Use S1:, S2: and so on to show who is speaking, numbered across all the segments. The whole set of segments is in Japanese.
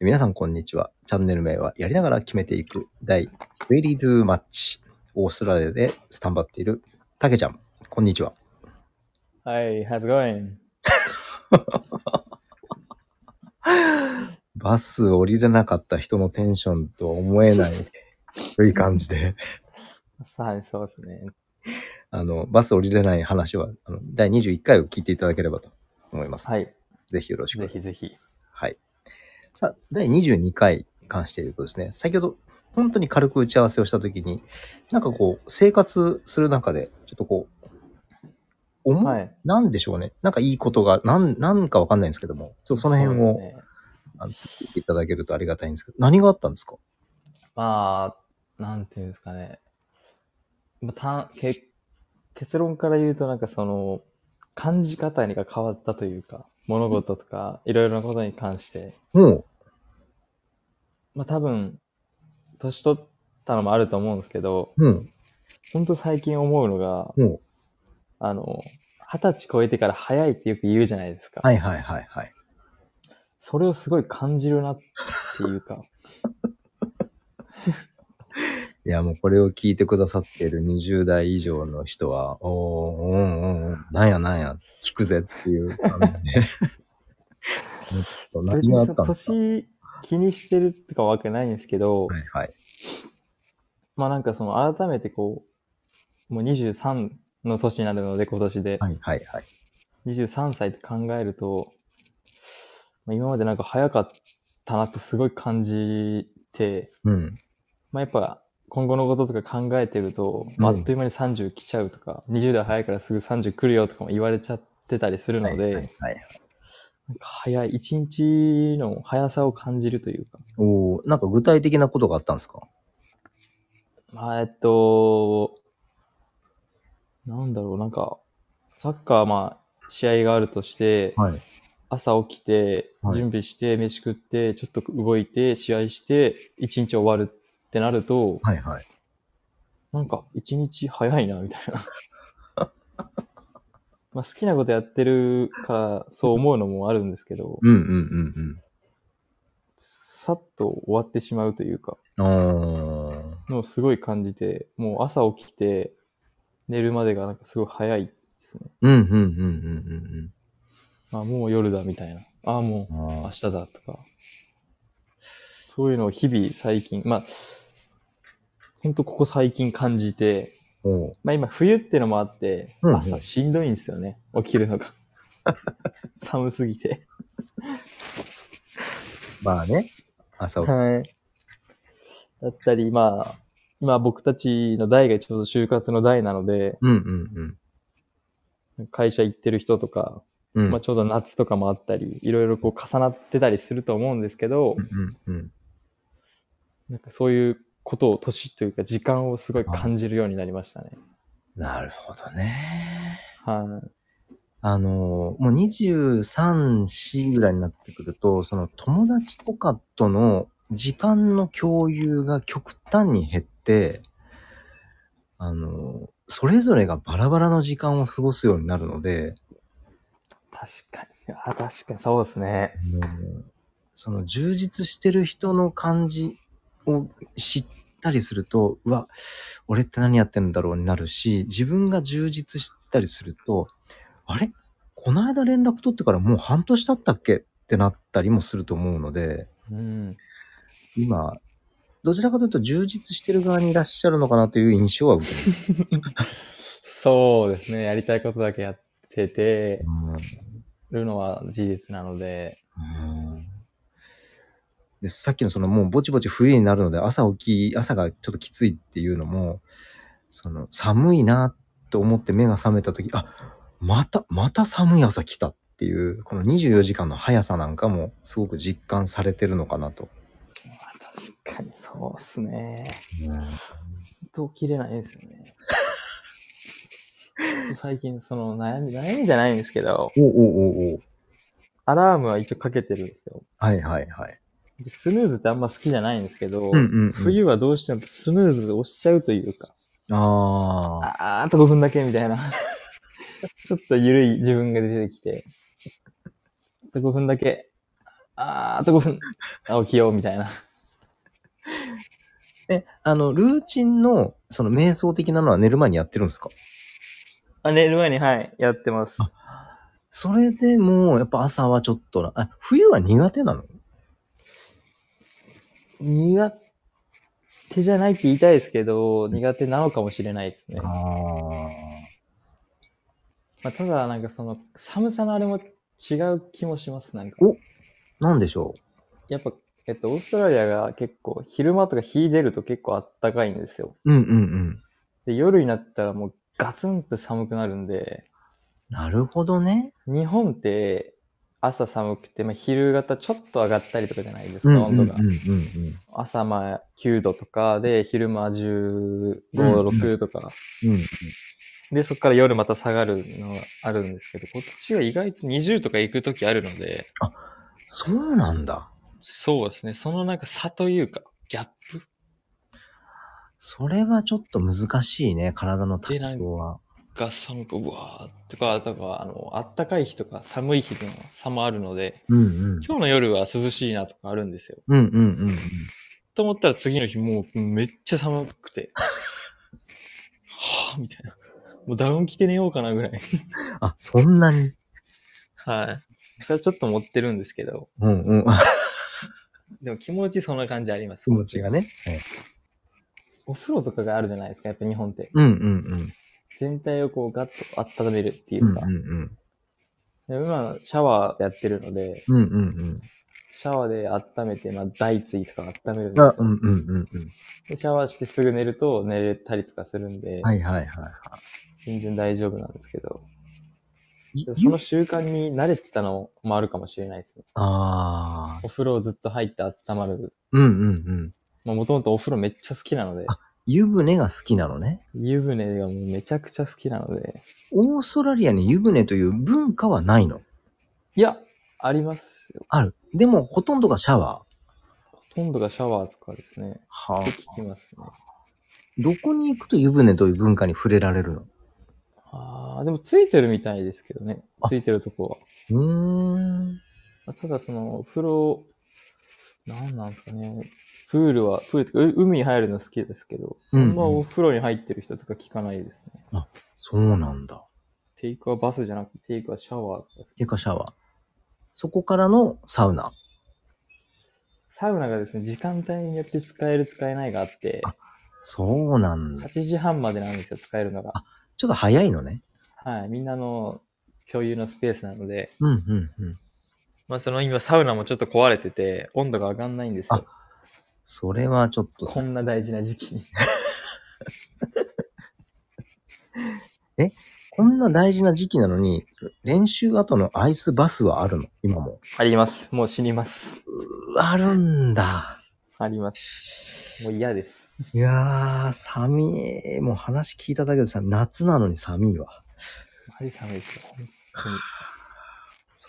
S1: 皆さん、こんにちは。チャンネル名は、やりながら決めていく、第ウェリーズマッチ。オーストラリアでスタンバっている、たけちゃん、こんにちは。
S2: Hi, how's it going?
S1: バス降りれなかった人のテンションとは思えない、良い感じで、
S2: はい、そうですね。
S1: あの、バス降りれない話は、あの第21回を聞いていただければと思います。
S2: はい、
S1: ぜひよろしくお願いします
S2: ぜひぜひ。
S1: はい。さあ、第22回に関して言うとですね、先ほど本当に軽く打ち合わせをしたときに、なんかこう、生活する中で、ちょっとこう、思う、
S2: はい。
S1: なんでしょうね。なんかいいことが、なん、なんかわかんないんですけども、ちょっとその辺
S2: そう
S1: を、
S2: ですね
S1: あの、ついていただけるとありがたいんですけど、何があったんですか
S2: まあ、なんていうんですかね。まあ、たんけ結論から言うと、なんかその、感じ方にが変わったというか、物事とか、いろいろなことに関して、
S1: もう、
S2: まあ多分、年取ったのもあると思うんですけど、
S1: うん、
S2: ほんと最近思うのが、
S1: もう、
S2: あの、二十歳超えてから早いってよく言うじゃないですか。
S1: はいはいはいはい。
S2: それをすごい感じるなっていうか、
S1: いや、もうこれを聞いてくださっている20代以上の人は、おー、うんうんうん、なんやなんや、聞くぜっていう感じで。 ちょっと
S2: 別
S1: 何があ
S2: に
S1: っ
S2: そ
S1: たんですか
S2: 年気にしてるとかわけないんですけど、
S1: はいはい。
S2: まあなんかその改めてこう、もう23の年になるので今年で、
S1: はいはいはい。
S2: 23歳って考えると、まあ、今までなんか早かったなってすごい感じて、
S1: うん。
S2: まあやっぱ今後のこととか考えてると、まあ
S1: うん
S2: あっという間に30来ちゃうとか、20代早いからすぐ30来るよとかも言われちゃってたりするので、
S1: はいはいはい。
S2: なんか早い、一日の早さを感じるというか、
S1: おーなんか具体的なことがあったんですか
S2: まあ、えっと、なんだろう、なんか、サッカー、まあ、試合があるとして、
S1: はい。
S2: 朝起きて
S1: は、い
S2: 準備して、飯食って、ちょっと動いて、試合して、一日終わるってなると、
S1: はいはい。
S2: なんか、一日早いな、みたいな。 まあ、好きなことやってるから、そう思うのもあるんですけど、
S1: うんうん
S2: さっと終わってしまうというか、
S1: うんうん。あー。
S2: のをすごい感じて、もう朝起きて、寝るまでがなんかすごい早いですね。
S1: うんうんうんうん
S2: あ、もう夜だみたいな。あ、も
S1: うんう。
S2: う
S1: あ
S2: ん明
S1: ー
S2: 日だとか。そういうのを日々最近、まあ、ほんとここ最近感じて、
S1: おー
S2: まあ今冬ってのもあって、
S1: うんうん
S2: 朝しんどいんですよね。起きるのが。 寒すぎて。
S1: まあね。朝起き
S2: はい。だったり、まあ、今僕たちの代がちょうど就活の代なので、
S1: うんうん
S2: 会社行ってる人とか、
S1: うん。うん。
S2: まあちょうど夏とかもあったり、いろいろこう重なってたりすると思うんですけど、
S1: うんうんうん。
S2: なんかそういうことを年というか時間をすごい感じるようになりましたね。
S1: なるほどね。
S2: はい。
S1: あの、もう23、4ぐらいになってくると、その友達とかとの時間の共有が極端に減って、あの、それぞれがバラバラの時間を過ごすようになるので、
S2: 確かに。あ、確かにそうですね。
S1: もうその充実してる人の感じを知ったりすると、うわ、俺って何やってんだろうになるし、自分が充実してたりすると、あれこの間連絡取ってからもう半年経ったっけってなったりもすると思うので、
S2: うん。
S1: 今、どちらかというと充実してる側にいらっしゃるのかなという印象は受けます。
S2: そうですね。やりたいことだけやってて
S1: うん
S2: るのは事実なので。
S1: うんでさっきのそのもうぼちぼち冬になるので朝起き、朝がちょっときついっていうのも、その寒いなと思って目が覚めた時、あ、また、また寒い朝来たっていう、この24時間の速さなんかもすごく実感されてるのかなと。
S2: あ確かにそうですね。本当起きれないですよ ね。最近その悩み、悩みじゃないんですけど、
S1: おおおお
S2: アラームは一応かけてるんですよ。
S1: はいはいはい。
S2: でスヌーズってあんま好きじゃないんですけ
S1: うん
S2: ど、
S1: うんうん
S2: 冬はどうしてもスヌーズ押しちゃうというか、
S1: ああ。
S2: あーあと5分だけみたいな。ちょっと緩い自分が出てきて、あと5分だけ、ああー、あと5分。あ、起きよう、みたいな。
S1: え、あの、ルーチンの、その瞑想的なのは寝る前にやってるんですか
S2: あ、寝る前に、はい、やってます。
S1: それでも、やっぱ朝はちょっとな、あ、冬は苦手なの
S2: 苦手じゃないって言いたいですけど、苦手なのかもしれないですね。ま
S1: あ
S2: あ、ただ、なんかその、寒さのあれも違う気もします、なんか。
S1: あ。なんでしょ
S2: やっぱ、えっと、オーストラリアが結構、昼間とか日出ると結構あったかいんですよ。
S1: ううんうんうん。
S2: で、夜になったらもうガツンって寒くなるんで、
S1: なるほどね。
S2: 日本って朝寒くて、まあ、昼方ちょっと上がったりとかじゃないですか、温度が
S1: うん。うんうん
S2: 朝まあ9度とかで、昼間15、
S1: うん
S2: 6とか。
S1: うん。うん
S2: で、そこから夜また下がるのがあるんですけど、こっちは意外と20とか行くときあるので、
S1: そうなんだ。
S2: そうですね、そのなんか差というか、ギャップ
S1: それはちょっと難しいね、体の対応は。
S2: が寒く、うわーとか、とか、あの、あったかい日とか寒い日の差もあるので、
S1: うんうん。
S2: 今日の夜は涼しいなとかあるんですよ。
S1: うんうんうんうん。
S2: と思ったら次の日もうめっちゃ寒くて。はぁ、みたいな。もうダウン着て寝ようかなぐらい。
S1: あ、そんなに。
S2: はい。それはちょっと持ってるんですけど、
S1: うんうん。
S2: でも気持ちそんな感じあります。
S1: 気持ちがね。
S2: お風呂とかがあるじゃないですか、やっぱ日本って。
S1: うんうん
S2: 全体をこうガッと温めるってい
S1: うん。う
S2: うんか。
S1: うんうん。
S2: で今、シャワーやってるので、
S1: うんうん
S2: シャワーで温めて、まあ、大椎とか温めるん
S1: うん。あ、う
S2: で
S1: んうんうんうん。
S2: すでシャワーしてすぐ寝ると寝れたりとかするんで、
S1: はいはいはいは
S2: 全然大丈夫なんですけど、
S1: い
S2: でも。その習慣に慣れてたのもあるかもしれないですね。
S1: ああ。
S2: お風呂ずっと入って温まる。
S1: うんうんうん。
S2: まあ、もともとお風呂めっちゃ好きなので、
S1: あ湯船が好きなのね。
S2: 湯船がもうめちゃくちゃ好きなので、
S1: オーストラリアに湯船という文化はないの。
S2: いや、ありますよ。
S1: ある。でも、ほとんどがシャワー。
S2: ほとんどがシャワーとかですね。
S1: は
S2: って聞きますね。
S1: どこに行くと湯船という文化に触れられるの
S2: ああ、でもついてるみたいですけどね。
S1: あ
S2: ついてるとこは。
S1: うーん。
S2: まあただその、お風呂、なんなんですかね。プールは、プールとかう、海に入るの好きですけど、
S1: うんうん
S2: あんまお風呂に入ってる人とか聞かないですね。
S1: そうなんだ。
S2: テイクはバスじゃなくて、テイクはシャワーとかです
S1: 結果シャワー。そこからのサウナ。
S2: サウナがですね、時間帯によって使える使えないがあって、
S1: そうなんだ。
S2: 8時半までなんですよ、使えるのが。
S1: ちょっと早いのね。
S2: はい、みんなの共有のスペースなので、
S1: うんうんうん。
S2: まあその今サウナもちょっと壊れてて、温度が上がんないんですよ。
S1: それはちょっと。
S2: こんな大事な時期に。
S1: こんな大事な時期なのに、練習後のアイスバスはあるの今も。
S2: あります。もう死にます。
S1: あるんだ。
S2: あります。もう嫌です。
S1: いやー、寒い。もう話聞いただけでさ、夏なのに寒いわ。
S2: マジ寒いですよ、本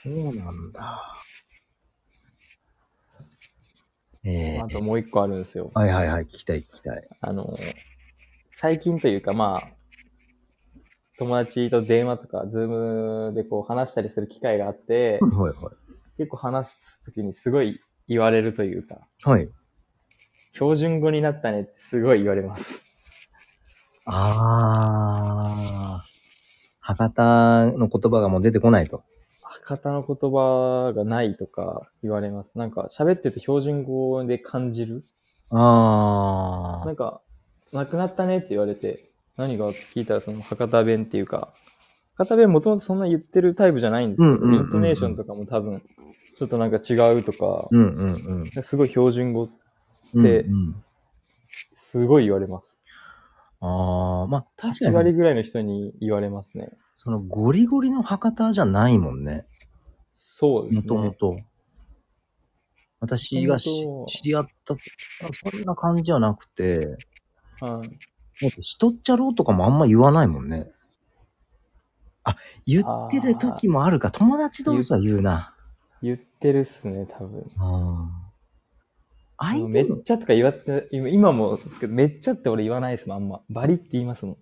S2: 当に。
S1: そうなんだ。え
S2: あと
S1: ー、
S2: もう一個あるんですよ。
S1: はいはいはい、聞きたい聞きたい。
S2: あの、最近というかまあ、友達と電話とか、ズームでこう話したりする機会があって、
S1: はいはい。
S2: 結構話すときにすごい言われるというか、
S1: はい。
S2: 標準語になったねってすごい言われます。
S1: あー。博多の言葉がもう出てこないと。
S2: 博多の言葉がないとか言われます。なんか喋ってて標準語で感じる
S1: あ
S2: なんか、なくなったねって言われて、何がって聞いたらその博多弁っていうか、博多弁もともとそんな言ってるタイプじゃないんですけど、
S1: うんうんうんうん
S2: イントネーションとかも多分、ちょっとなんか違うとか、
S1: うんうんうん。
S2: すごい標準語、
S1: で、うん、
S2: すごい言われます。
S1: ああ、まあ確
S2: 8
S1: か
S2: 割
S1: に、
S2: ぐらいの人に言われますね。
S1: そのゴリゴリの博多じゃないもんね。
S2: そうで
S1: も
S2: す
S1: とも
S2: ね。
S1: と。私がし
S2: 元々
S1: 知り合った時、そんな感じじゃなくて、
S2: はい
S1: だってしとっちゃろうとかもあんま言わないもんね。あ、言ってる時もあるか。友達同士は言うな。
S2: 言ってるっすね、多分。
S1: ああ相手
S2: めっ
S1: の、
S2: ちゃとか言わって、今今もですけど、めっちゃって俺言わないですもん、あんま。バリって言いますもん。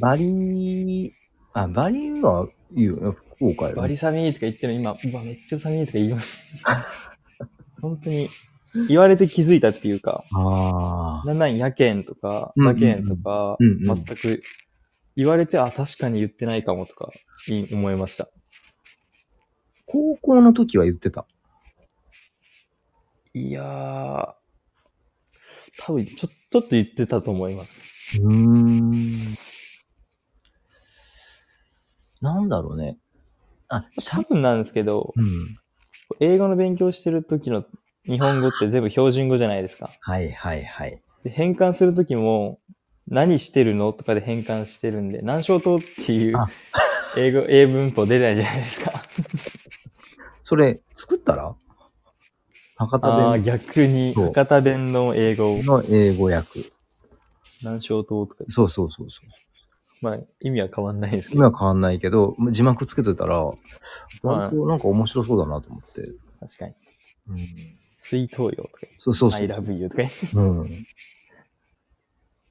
S1: バリ、あ、バリはいいよね、福岡よ
S2: バ
S1: ね。
S2: リ寒いとか言ってるの今、うわ、めっちゃ寒いとか言います。 本当に、言われて気づいたっていうか、
S1: ああ。
S2: なんなん夜券とか、
S1: うんうんう
S2: 馬
S1: ん
S2: 券とか、
S1: うんうん
S2: 全く言われて、あ、確かに言ってないかもとか、い思いました。
S1: 高校の時は言ってた。
S2: いやー、多分ちょ、ちょっと言ってたと思います。
S1: うーん。なんだろうね。あ、しゃ
S2: 多、分なんですけど、
S1: うん。
S2: 英語の勉強してる時の日本語って全部標準語じゃないですか。
S1: はいはいはい。
S2: で変換するときも、何してるのとかで変換してるんで、何小党っていう
S1: あ
S2: 英語、英文法出ないじゃないですか。
S1: それ、作ったら博
S2: あ
S1: 多
S2: あ、
S1: 弁
S2: 逆に、
S1: そう
S2: 博多弁の英語を、
S1: の英語訳。
S2: 何小党とか、
S1: そうそうそうそう。
S2: まあ、意味は変わんないですけど、
S1: 今は変わんないけど、字幕つけてたら、割となんか面白そうだなと思って。
S2: 確かに。
S1: うん、
S2: 水東洋とか、
S1: そうそうそ
S2: I
S1: う。
S2: love you とか、
S1: うん、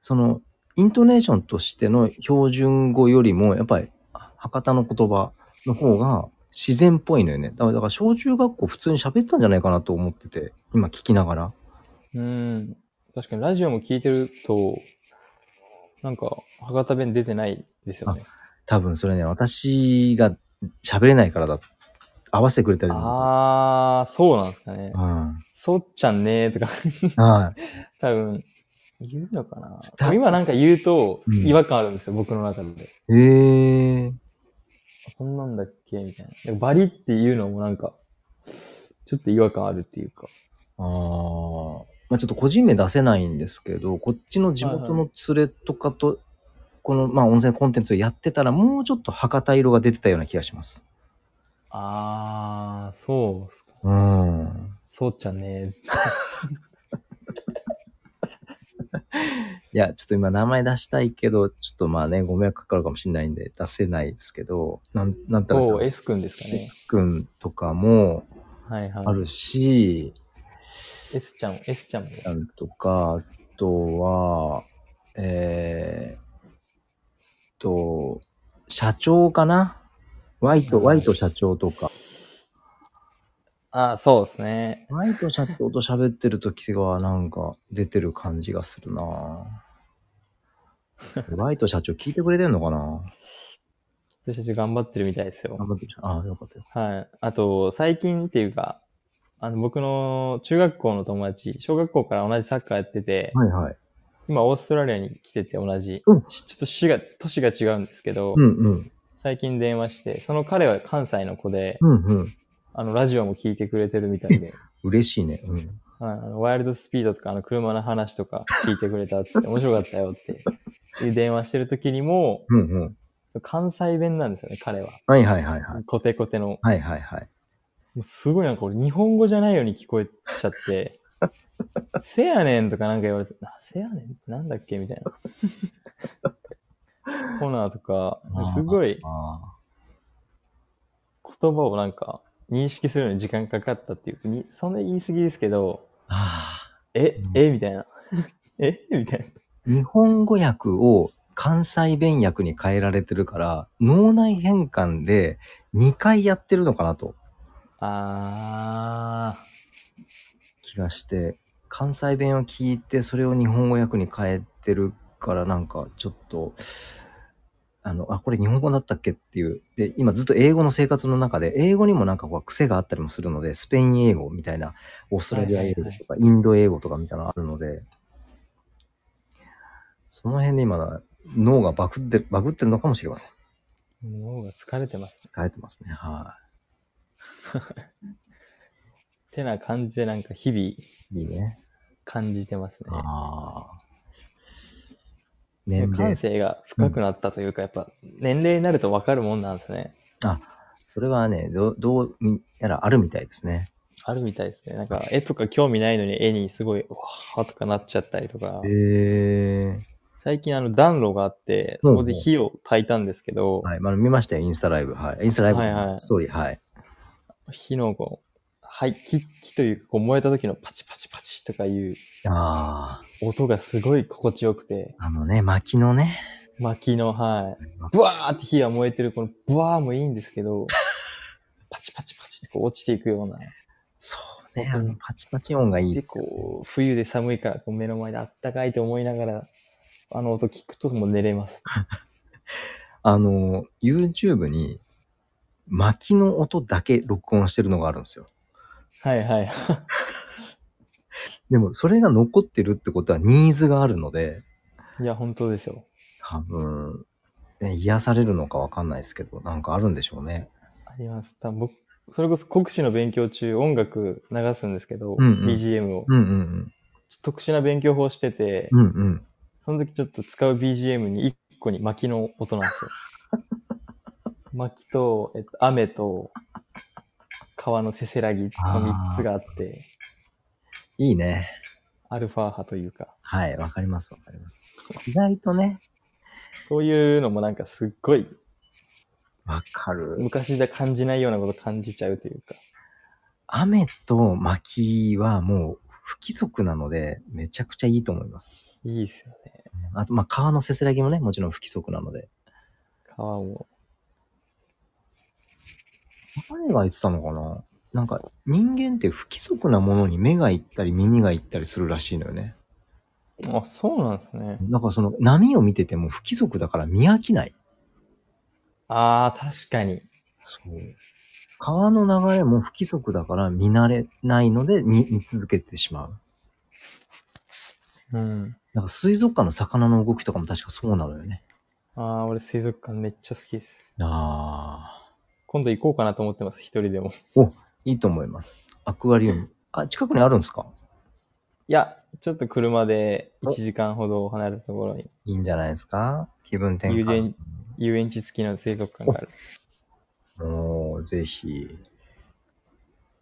S1: その、イントネーションとしての標準語よりも、やっぱり、あ博多の言葉の方が自然っぽいのよね。だから、だから小中学校普通に喋ったんじゃないかなと思ってて、今聞きながら。
S2: うん。確かに、ラジオも聞いてると、なんか、博多弁出てないですよね。
S1: 多分それね、私が喋れないからだ。合わせてくれたり
S2: ああー、そうなんですかね
S1: う。ん。
S2: そっちゃんねーとか、
S1: はい。
S2: 多分、言うのかな
S1: 伝わ
S2: 今なんか言うと
S1: うん
S2: 違和感あるんですよ、僕の中で。
S1: ええー。
S2: こんなんだっけみたいな。バリっていうのもなんか、ちょっと違和感あるっていうか。
S1: ああ。まあちょっと個人名出せないんですけど、こっちの地元の連れとかと、この、まあ、温泉コンテンツをやってたら、もうちょっと博多色が出てたような気がします。
S2: あー、そうっすか。
S1: うん。
S2: そうちゃんねー。
S1: いや、ちょっと今名前出したいけど、ちょっとまあね、ご迷惑かかるかもしれないんで、出せないですけど、なん、なんたらちゃん
S2: おー、S 君ですかね。
S1: S 君とかも
S2: はいはい。
S1: あるし、
S2: S ちゃん、S ちゃんも。
S1: ちゃんとか、あとは、えー、と、社長かな ?Y と、Y と社長とか。
S2: あー、そうですね。
S1: Y と社長と喋ってる時はなんか出てる感じがする なぁ Y と社長聞いてくれてんのかな
S2: 私たち頑張ってるみたいですよ。
S1: 頑張ってきたああ、よかったよ。
S2: はい。あと、最近っていうか、あの、僕の中学校の友達、小学校から同じサッカーやってて、
S1: はいはい。
S2: 今、オーストラリアに来てて同じ。
S1: うん
S2: しちょっと市が、都市が違うんですけど、
S1: うんうん。
S2: 最近電話して、その彼は関西の子で、
S1: うんうん。
S2: あの、ラジオも聞いてくれてるみたいで、
S1: 嬉しいね。うん。
S2: はいあのワイルドスピードとか、あの、車の話とか聞いてくれたっつって、面白かったよって、いう電話してる時にも、
S1: うんうん。
S2: 関西弁なんですよね、彼は。
S1: はいはいはいはい。
S2: コテコテの。
S1: はいはいはい。
S2: もうすごいなんか俺、日本語じゃないように聞こえちゃって、せやねんとかなんか言われて、あせやねんってなんだっけみた いな。コナーとか、すごい、
S1: あ
S2: 言葉をなんか認識するのに時間かかったっていうに、そんな言い過ぎですけど、
S1: あ。あ
S2: え
S1: うん、
S2: え、みたいな。 え、みたいな。
S1: あ。日本語訳を関西弁訳に変えられてるから、脳内変換で2回やってるのかなと
S2: あ
S1: 気がして、関西弁を聞いてそれを日本語訳に変えてるから、なんかちょっと、あの、あ、これ日本語だったっけっていう。で、今ずっと英語の生活の中で、英語にもなんかこう癖があったりもするので、スペイン英語みたいな、オーストラリア英語とか、インド英語とかみたいなのあるので、その辺で今、脳がバグって、バグってるのかもしれません。
S2: ー。脳が疲れてます。
S1: 変えてますね。は
S2: てな感じでなんか日々
S1: い。いいね。
S2: 感じてますね。
S1: ああ。年
S2: で
S1: 齢
S2: 感性が深くなったというか、やっぱ年齢になるとわかるもんなんですね。
S1: それはね、どう、どうやらあるみたいですね。
S2: あるみたいですね。なんか絵とか興味ないのに絵にすごい、うわーとかなっちゃったりとか。
S1: え
S2: 最近あの暖炉があって、そこで火を焚いたんですけど、
S1: はい、まあ見ましたよ、インスタライブ。はい。インスタライブ、
S2: はいはい
S1: ストーリー、はい。
S2: 火のこう、はい、木、木というか、こう燃えた時のパチパチパチとかいう
S1: あ
S2: 音がすごい心地よくて、
S1: あ、あのね、薪のね、
S2: 薪の、はい。ブワーって火が燃えてる、このブワーもいいんですけど、パチパチパチってこう落ちていくような。
S1: そうね。あのパチパチ音がいいで
S2: です
S1: よね、
S2: こう、冬で寒いからこう目の前であったかいと思いながら、あの音聞くともう寝れます。
S1: あの、YouTube に、薪の音だけ録音してるのがあるんですよ。
S2: はいはい。
S1: でも、それが残ってるってことはニーズがあるので、
S2: いや、本当ですよ。
S1: 多分、ね、癒されるのかわかんないですけど、なんかあるんでしょうね。
S2: あります。多分僕、それこそ国史の勉強中、音楽流すんですけど、
S1: うんうん
S2: BGM を。
S1: うんうん
S2: ちょっと特殊な勉強法してて、
S1: うん。うんうん。
S2: その時ちょっと使う BGM に1個に薪の音なんですよ。薪と、えっと、雨と、川のせせらぎの3つがあって、
S1: いいね。
S2: アルファ派というか、
S1: はい、わかりますわかります。意外とね、
S2: そういうのもなんかすっごい
S1: わかる。
S2: 昔じゃ感じないようなこと感じちゃうというか。
S1: 雨と薪はもう不規則なので、めちゃくちゃいいと思います。
S2: いいですよね。
S1: あと、まあ、川のせせらぎもね、もちろん不規則なので。
S2: 川も。
S1: 誰が言ってたのかななんか人間って不規則なものに目が行ったり耳が行ったりするらしいのよね。
S2: あ、そうなんですね。
S1: だからその波を見てても不規則だから見飽きない。
S2: ああ、確かに。
S1: そう。川の流れも不規則だから見慣れないので見見続けてしまう。
S2: うん。
S1: だから水族館の魚の動きとかも確かそうなのよね。
S2: ああ、俺水族館めっちゃ好きです。
S1: ああ。
S2: 今度行こうかなと思ってます、一人でも。
S1: いいと思います。アクアリウム。あ、近くにあるんですか
S2: いや、ちょっと車で1時間ほど離れたところに
S1: いいんじゃないですか気分転
S2: 遊
S1: 換。
S2: 園遊園地付きの水族館がある。
S1: もう、ぜひ。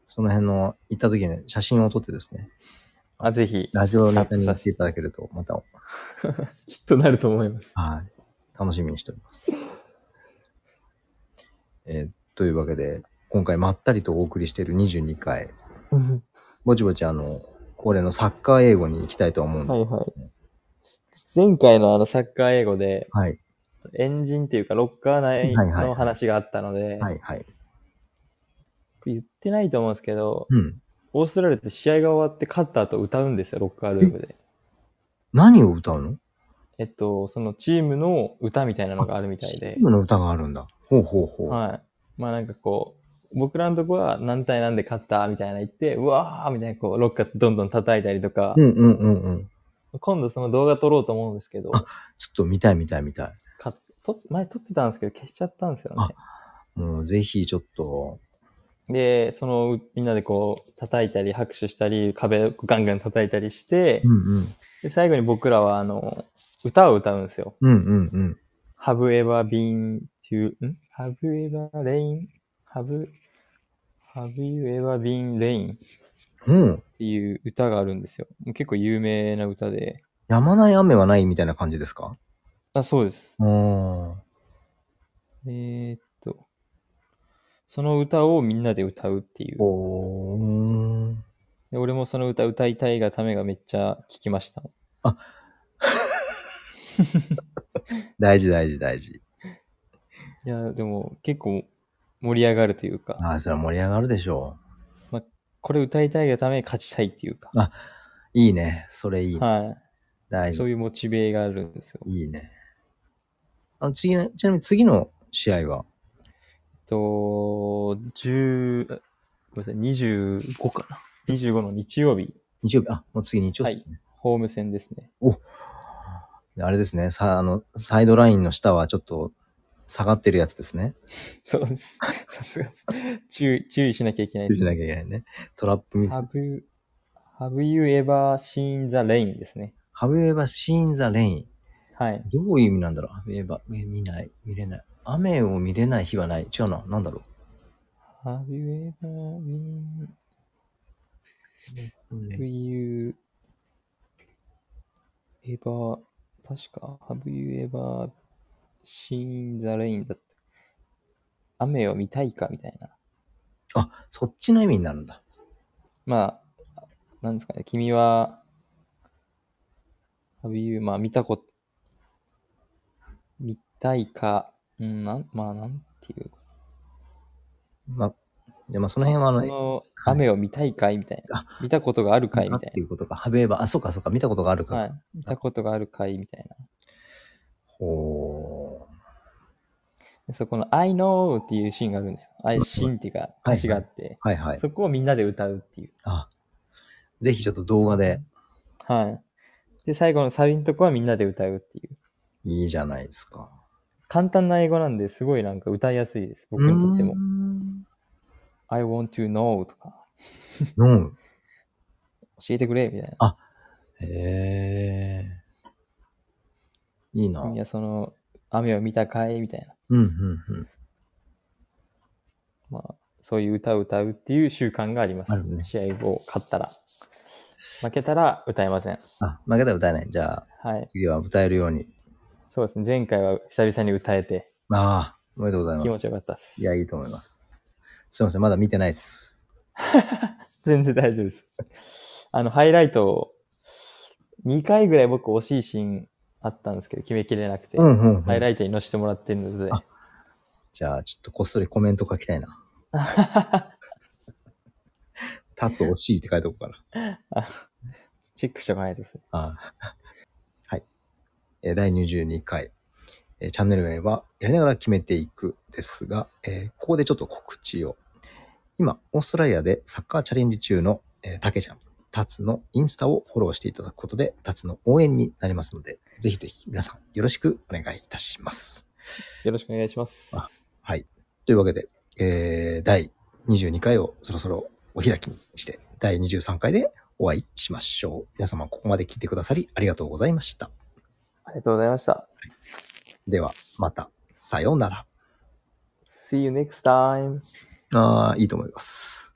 S1: その辺の、行った時に写真を撮ってですね。
S2: あ、ぜひ、
S1: ラジオネタにしていただけると、また、
S2: きっとなると思い ます。
S1: はい、楽しみにしております。 えーというわけで、今回まったりとお送りしている22回、ぼちぼちあの、恒例のサッカー英語に行きたいと思うんで
S2: は
S1: す
S2: い。はい。前回のあのサッカー英語で、
S1: はい、
S2: エンジンっていうかロッカー内
S1: はいはいはい
S2: の話があったので、
S1: はい、はい。
S2: 言ってないと思うんですけど、
S1: うん。
S2: オーストラリアって試合が終わって勝った後歌うんですよ、ロッカールームで。
S1: 何を歌うの
S2: えっと、そのチームの歌みたいなのがあるみたいで
S1: チー。ムの歌があるんだ。ほうほうほう。
S2: はい。まあなんかこう、僕らのとこは何対何で勝ったみたいな言って、うわーみたいなこう、ロッカーってどんどん叩いたりとか、
S1: うんうんうんうん。
S2: 今度その動画撮ろうと思うんですけど、
S1: あちょっと見たい見たい見たい。
S2: かと前撮ってたんですけど消しちゃったんですよね。
S1: もうぜひちょっと、
S2: で、そのみんなでこう、叩いたり拍手したり、壁をガンガン叩いたりして、
S1: うんうん。
S2: で最後に僕らはあの、歌を歌うんですよ。
S1: うんうんうん。
S2: Have ever been to, ん Have you ever rain? Have, have you ever been rain? っ
S1: うん。
S2: ていう歌があるんですよ。もう結構有名な歌で。
S1: やまない雨はないみたいな感じですか
S2: あ、そうです。
S1: うーん。
S2: えーっと、その歌をみんなで歌うっていう。
S1: おー。
S2: で俺もその歌歌いたいがためがめっちゃ聞きました。
S1: 大事大事大事。
S2: いや、でも結構盛り上がるというか、
S1: ああ、それは盛り上がるでしょ
S2: これ歌いたいがため勝ちたいっていうか、
S1: あう。いいね。それいい。
S2: は
S1: 大
S2: い。
S1: 事
S2: そう。いうモチベがあるんですよ。
S1: いいね。あの次の、ちなみに次の試合は
S2: えっと、十、あごめんなさい、25かな。25の日曜日、
S1: 日曜日、あ、もう次日曜日。
S2: はいホーム戦ですね。
S1: あれですね。さ、あの、サイドラインの下はちょっと下がってるやつですね。
S2: そう です。さすがです。注意、注意しなきゃいけない
S1: 注
S2: で
S1: 意
S2: す
S1: し。なきゃいけないね。トラップミス。
S2: Have, have you ever seen the rain ですね。
S1: However, seen the rain.
S2: はい。
S1: どういう意味なんだろう ?However, え見ない、見れない。雨を見れない日はない。違うな。なんだろ
S2: Have you ever been
S1: う。
S2: Have you ever 確か Have you ever seen the rain だって雨を見たいかみたいな
S1: あ、そっちの意味になるんだ。
S2: まあなんですかね君は Have you まあ見たこと見たいか、うん、なん、まあ、なんていうか。
S1: まあ、いやまあその辺はあ
S2: そ
S1: の、
S2: の
S1: はい
S2: 雨を見たいかいみたいな。見たことがあるかい
S1: あ
S2: み
S1: った
S2: い
S1: ていうことか。ハベーバー、あ、そうかそうか、見たことがあるか。
S2: な。はい。見たことがあるかいみたいな。
S1: ほ
S2: でそこの I know っていうシーンがあるんですよ。I シーンっていうか歌詞があって、
S1: う。はいはい。
S2: そこをみんなで歌うっていう。
S1: あ、ぜひちょっと動画で
S2: はい。で、最後のサビのとこはみんなで歌うっていう。
S1: いいじゃないですか。
S2: 簡単な英語なんで、すごいなんか歌いやすいです。僕にとっても
S1: うー。ん
S2: I want to know とか、
S1: うん。
S2: 教えてくれみたいな。
S1: へえ。いいな。うん
S2: 君はその、雨を見たかいみたいな。
S1: うんうん。
S2: まあ、そういう歌を歌うっていう習慣があります。
S1: あるね
S2: 試合を勝ったら。負けたら歌えません。
S1: あ、負けたら歌えない。じゃあ、
S2: はい。
S1: 次は歌えるように。
S2: そうですね。前回は久々に歌えて
S1: ああ、おめでとうございます。
S2: 気持ちよかったです。
S1: いや、いいと思います。すいません、まだ見てないです。
S2: 全然大丈夫です。あの、ハイライトを、2回ぐらい僕惜しいシーンあったんですけど、決めきれなくて、
S1: んうん、
S2: ハイライトに載せてもらってるので、
S1: あじゃあ、ちょっとこっそりコメント書きたいな。 立つ惜しいって書いておくから。
S2: チェックしておかないとですね。
S1: ああ はい。えー第22回、えーチャンネル名は、やりながら決めていくですが、えーここでちょっと告知を。今、オーストラリアでサッカーチャレンジ中の、えー、たけちゃん、タツのインスタをフォローしていただくことで、タツの応援になりますので、ぜひぜひ皆さんよろしくお願いいたします。
S2: よろしくお願いします。
S1: あはい。というわけで、えー第22回をそろそろお開きにして、第23回でお会いしましょう。皆様、ここまで聞いてくださりありがとうございました。
S2: ありがとうございました。
S1: では、また、さようなら。
S2: See you next time!
S1: ああ、いいと思います。